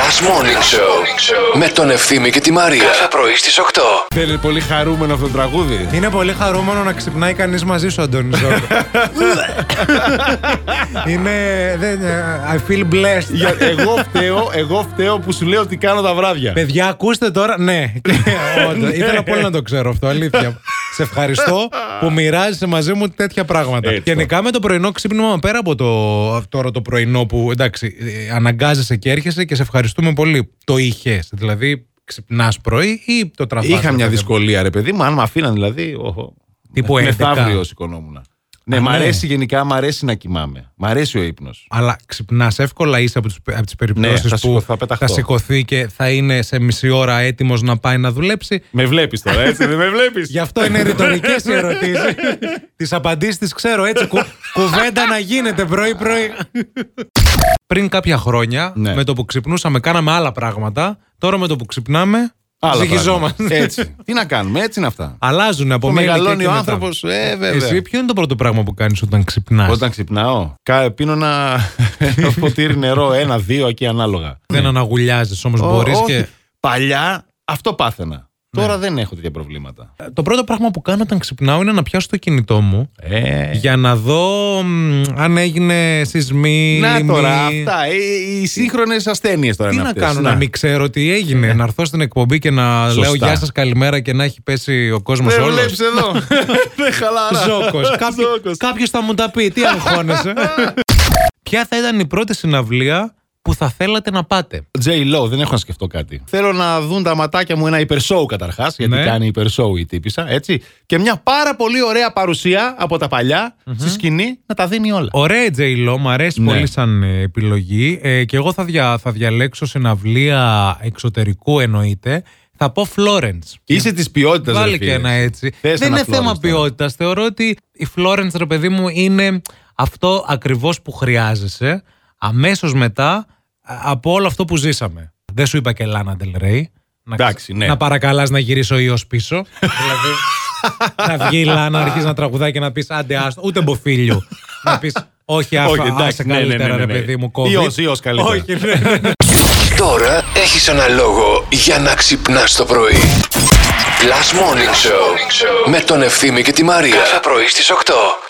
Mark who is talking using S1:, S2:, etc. S1: Last Morning Show με τον Ευθύμη και τη Μαρία. Κάθε πρωί στις 8.
S2: Θέλει πολύ χαρούμενο αυτό το τραγούδι.
S3: Είναι πολύ χαρούμενο να ξυπνάει κανείς μαζί σου, Αντώνη. Ζόρκο. Είναι. δεν- ε, I feel blessed.
S2: Για- εγώ, φταίω, εγώ φταίω που σου λέω τι κάνω τα βράδια.
S3: Παιδιά, ακούστε τώρα. Ναι, όντως. ήθελα πολύ να το ξέρω αυτό. Αλήθεια. Σε ευχαριστώ που μοιράζεσαι μαζί μου τέτοια πράγματα.
S2: Έτσι.
S3: Γενικά με το πρωινό ξύπνημα, πέρα από το, τώρα το πρωινό που εντάξει, ε, αναγκάζεσαι και έρχεσαι και σε ευχαριστούμε πολύ. Το είχες. Δηλαδή, ξυπνάς πρωί ή το τραβάς.
S2: Είχα μια
S3: Ρε,
S2: δυσκολία, ρε παιδί μου, αν με αφήναν δηλαδή. Οχο.
S3: Τύπου 11.
S2: Μεθαύριο σηκωνόμουν. Ναι,
S3: Α,
S2: μ'
S3: ναι.
S2: αρέσει γενικά, μ' αρέσει να κοιμάμαι. Μ' αρέσει ο ύπνος.
S3: Αλλά ξυπνάς εύκολα, είσαι από, τους, από τις περιπτώσεις
S2: Ναι, θα
S3: που
S2: σηκω- θα πεταχτώ.
S3: σηκωθεί και θα είναι σε μισή ώρα έτοιμος να πάει να δουλέψει.
S2: Με βλέπεις τώρα, έτσι, δεν με βλέπεις.
S3: Γι' αυτό είναι ρητορικές οι ερωτήσεις. τις απαντήσεις τις ξέρω έτσι. Κου, κουβέντα να γίνεται πρωί-πρωί. Πριν κάποια χρόνια,
S2: Ναι.
S3: με το που ξυπνούσαμε, κάναμε άλλα πράγματα. Τώρα με το που ξυπνάμε, ζυγιζόμαστε.
S2: Έτσι. Τι να κάνουμε, έτσι είναι αυτά.
S3: Αλλάζουν από
S2: Που
S3: μια ηλικία
S2: Ε, μεγαλώνει
S3: και
S2: ο
S3: μετά.
S2: άνθρωπος. Ε, βέβαια.
S3: Εσύ, ποιο είναι το πρώτο πράγμα που κάνεις όταν ξυπνάς.
S2: Όταν ξυπνάω, κα- πίνω ένα ένα ποτήρι νερό, ένα-δύο εκεί ανάλογα.
S3: Δεν αναγουλιάζεις όμως,
S2: Ο-
S3: μπορεί
S2: Ναι. όχι.
S3: και. Ναι.
S2: Παλιά αυτό πάθαινα. Τώρα δεν έχω τέτοια προβλήματα.
S3: Το πρώτο πράγμα που κάνω όταν ξυπνάω είναι να πιάσω το κινητό μου
S2: Ε,
S3: για να δω μ, αν έγινε σεισμή.
S2: να
S3: λοιμή.
S2: τώρα, αυτά. ε, Οι σύγχρονες ασθένειες τώρα
S3: Τι
S2: είναι
S3: να
S2: αυτές.
S3: κάνω, να μην ξέρω τι έγινε. Να έρθω στην εκπομπή και να
S2: Ναι. Σωστά.
S3: λέω Γεια σας, καλημέρα και να έχει πέσει ο κόσμος
S2: Δεν
S3: όλος.
S2: Ε, βλέπεις εδώ. Δεν χαλαρά.
S3: Ζόκο.
S2: Ζόκος.
S3: Κάποιος θα μου τα πει. Τι αγχώνεσαι. Ποια θα ήταν η πρώτη συναυλία που θα θέλατε να πάτε.
S2: J. Lo, δεν έχω να σκεφτώ κάτι. Θέλω να δουν τα ματάκια μου ένα υπερσόου καταρχάς, γιατί
S3: Ναι.
S2: κάνει υπερσόου η τύπησα, έτσι. Και μια πάρα πολύ ωραία παρουσία από τα παλια στη σκηνή να τα δίνει όλα.
S3: Ωραία η Τζέιλο, μου αρέσει
S2: Ναι.
S3: πολύ σαν ε, επιλογή. Ε, και εγώ θα, δια, θα διαλέξω συναυλία εξωτερικού εννοείται. Θα πω Florence.
S2: Είσαι της ποιότητας,
S3: Βάλει και ένα έτσι.
S2: Θες
S3: δεν
S2: ένα
S3: είναι
S2: Florence
S3: θέμα
S2: τώρα.
S3: ποιότητας. Θεωρώ ότι η Florence, ρε παιδί μου, είναι αυτό ακριβώς που χρειάζεσαι αμέσως μετά α, από όλο αυτό που ζήσαμε. Δεν σου είπα και Λάνα Ντελρέι. Να,
S2: Εντάξει, ναι.
S3: να παρακαλάς να γυρίσει ο ιό πίσω. δηλαδή, να βγει η Λάνα, αρχίζει να τραγουδάει και να πεις άντε άστο, ούτε μποφίλιο. να πεις όχι, άφα,
S2: Όχι, εντάξει,
S3: άσε
S2: ναι, ναι, ναι,
S3: καλύτερα,
S2: ναι,
S3: ρε
S2: ναι.
S3: παιδί μου, COVID».
S2: Ιός, ιός καλύτερα.
S3: Όχι, ναι, ναι, ναι.
S1: Τώρα έχεις ένα λόγο για να ξυπνάς το πρωί. Last Morning Show με τον Ευθύμη και τη Μαρία. Κάθε πρωί στις 8.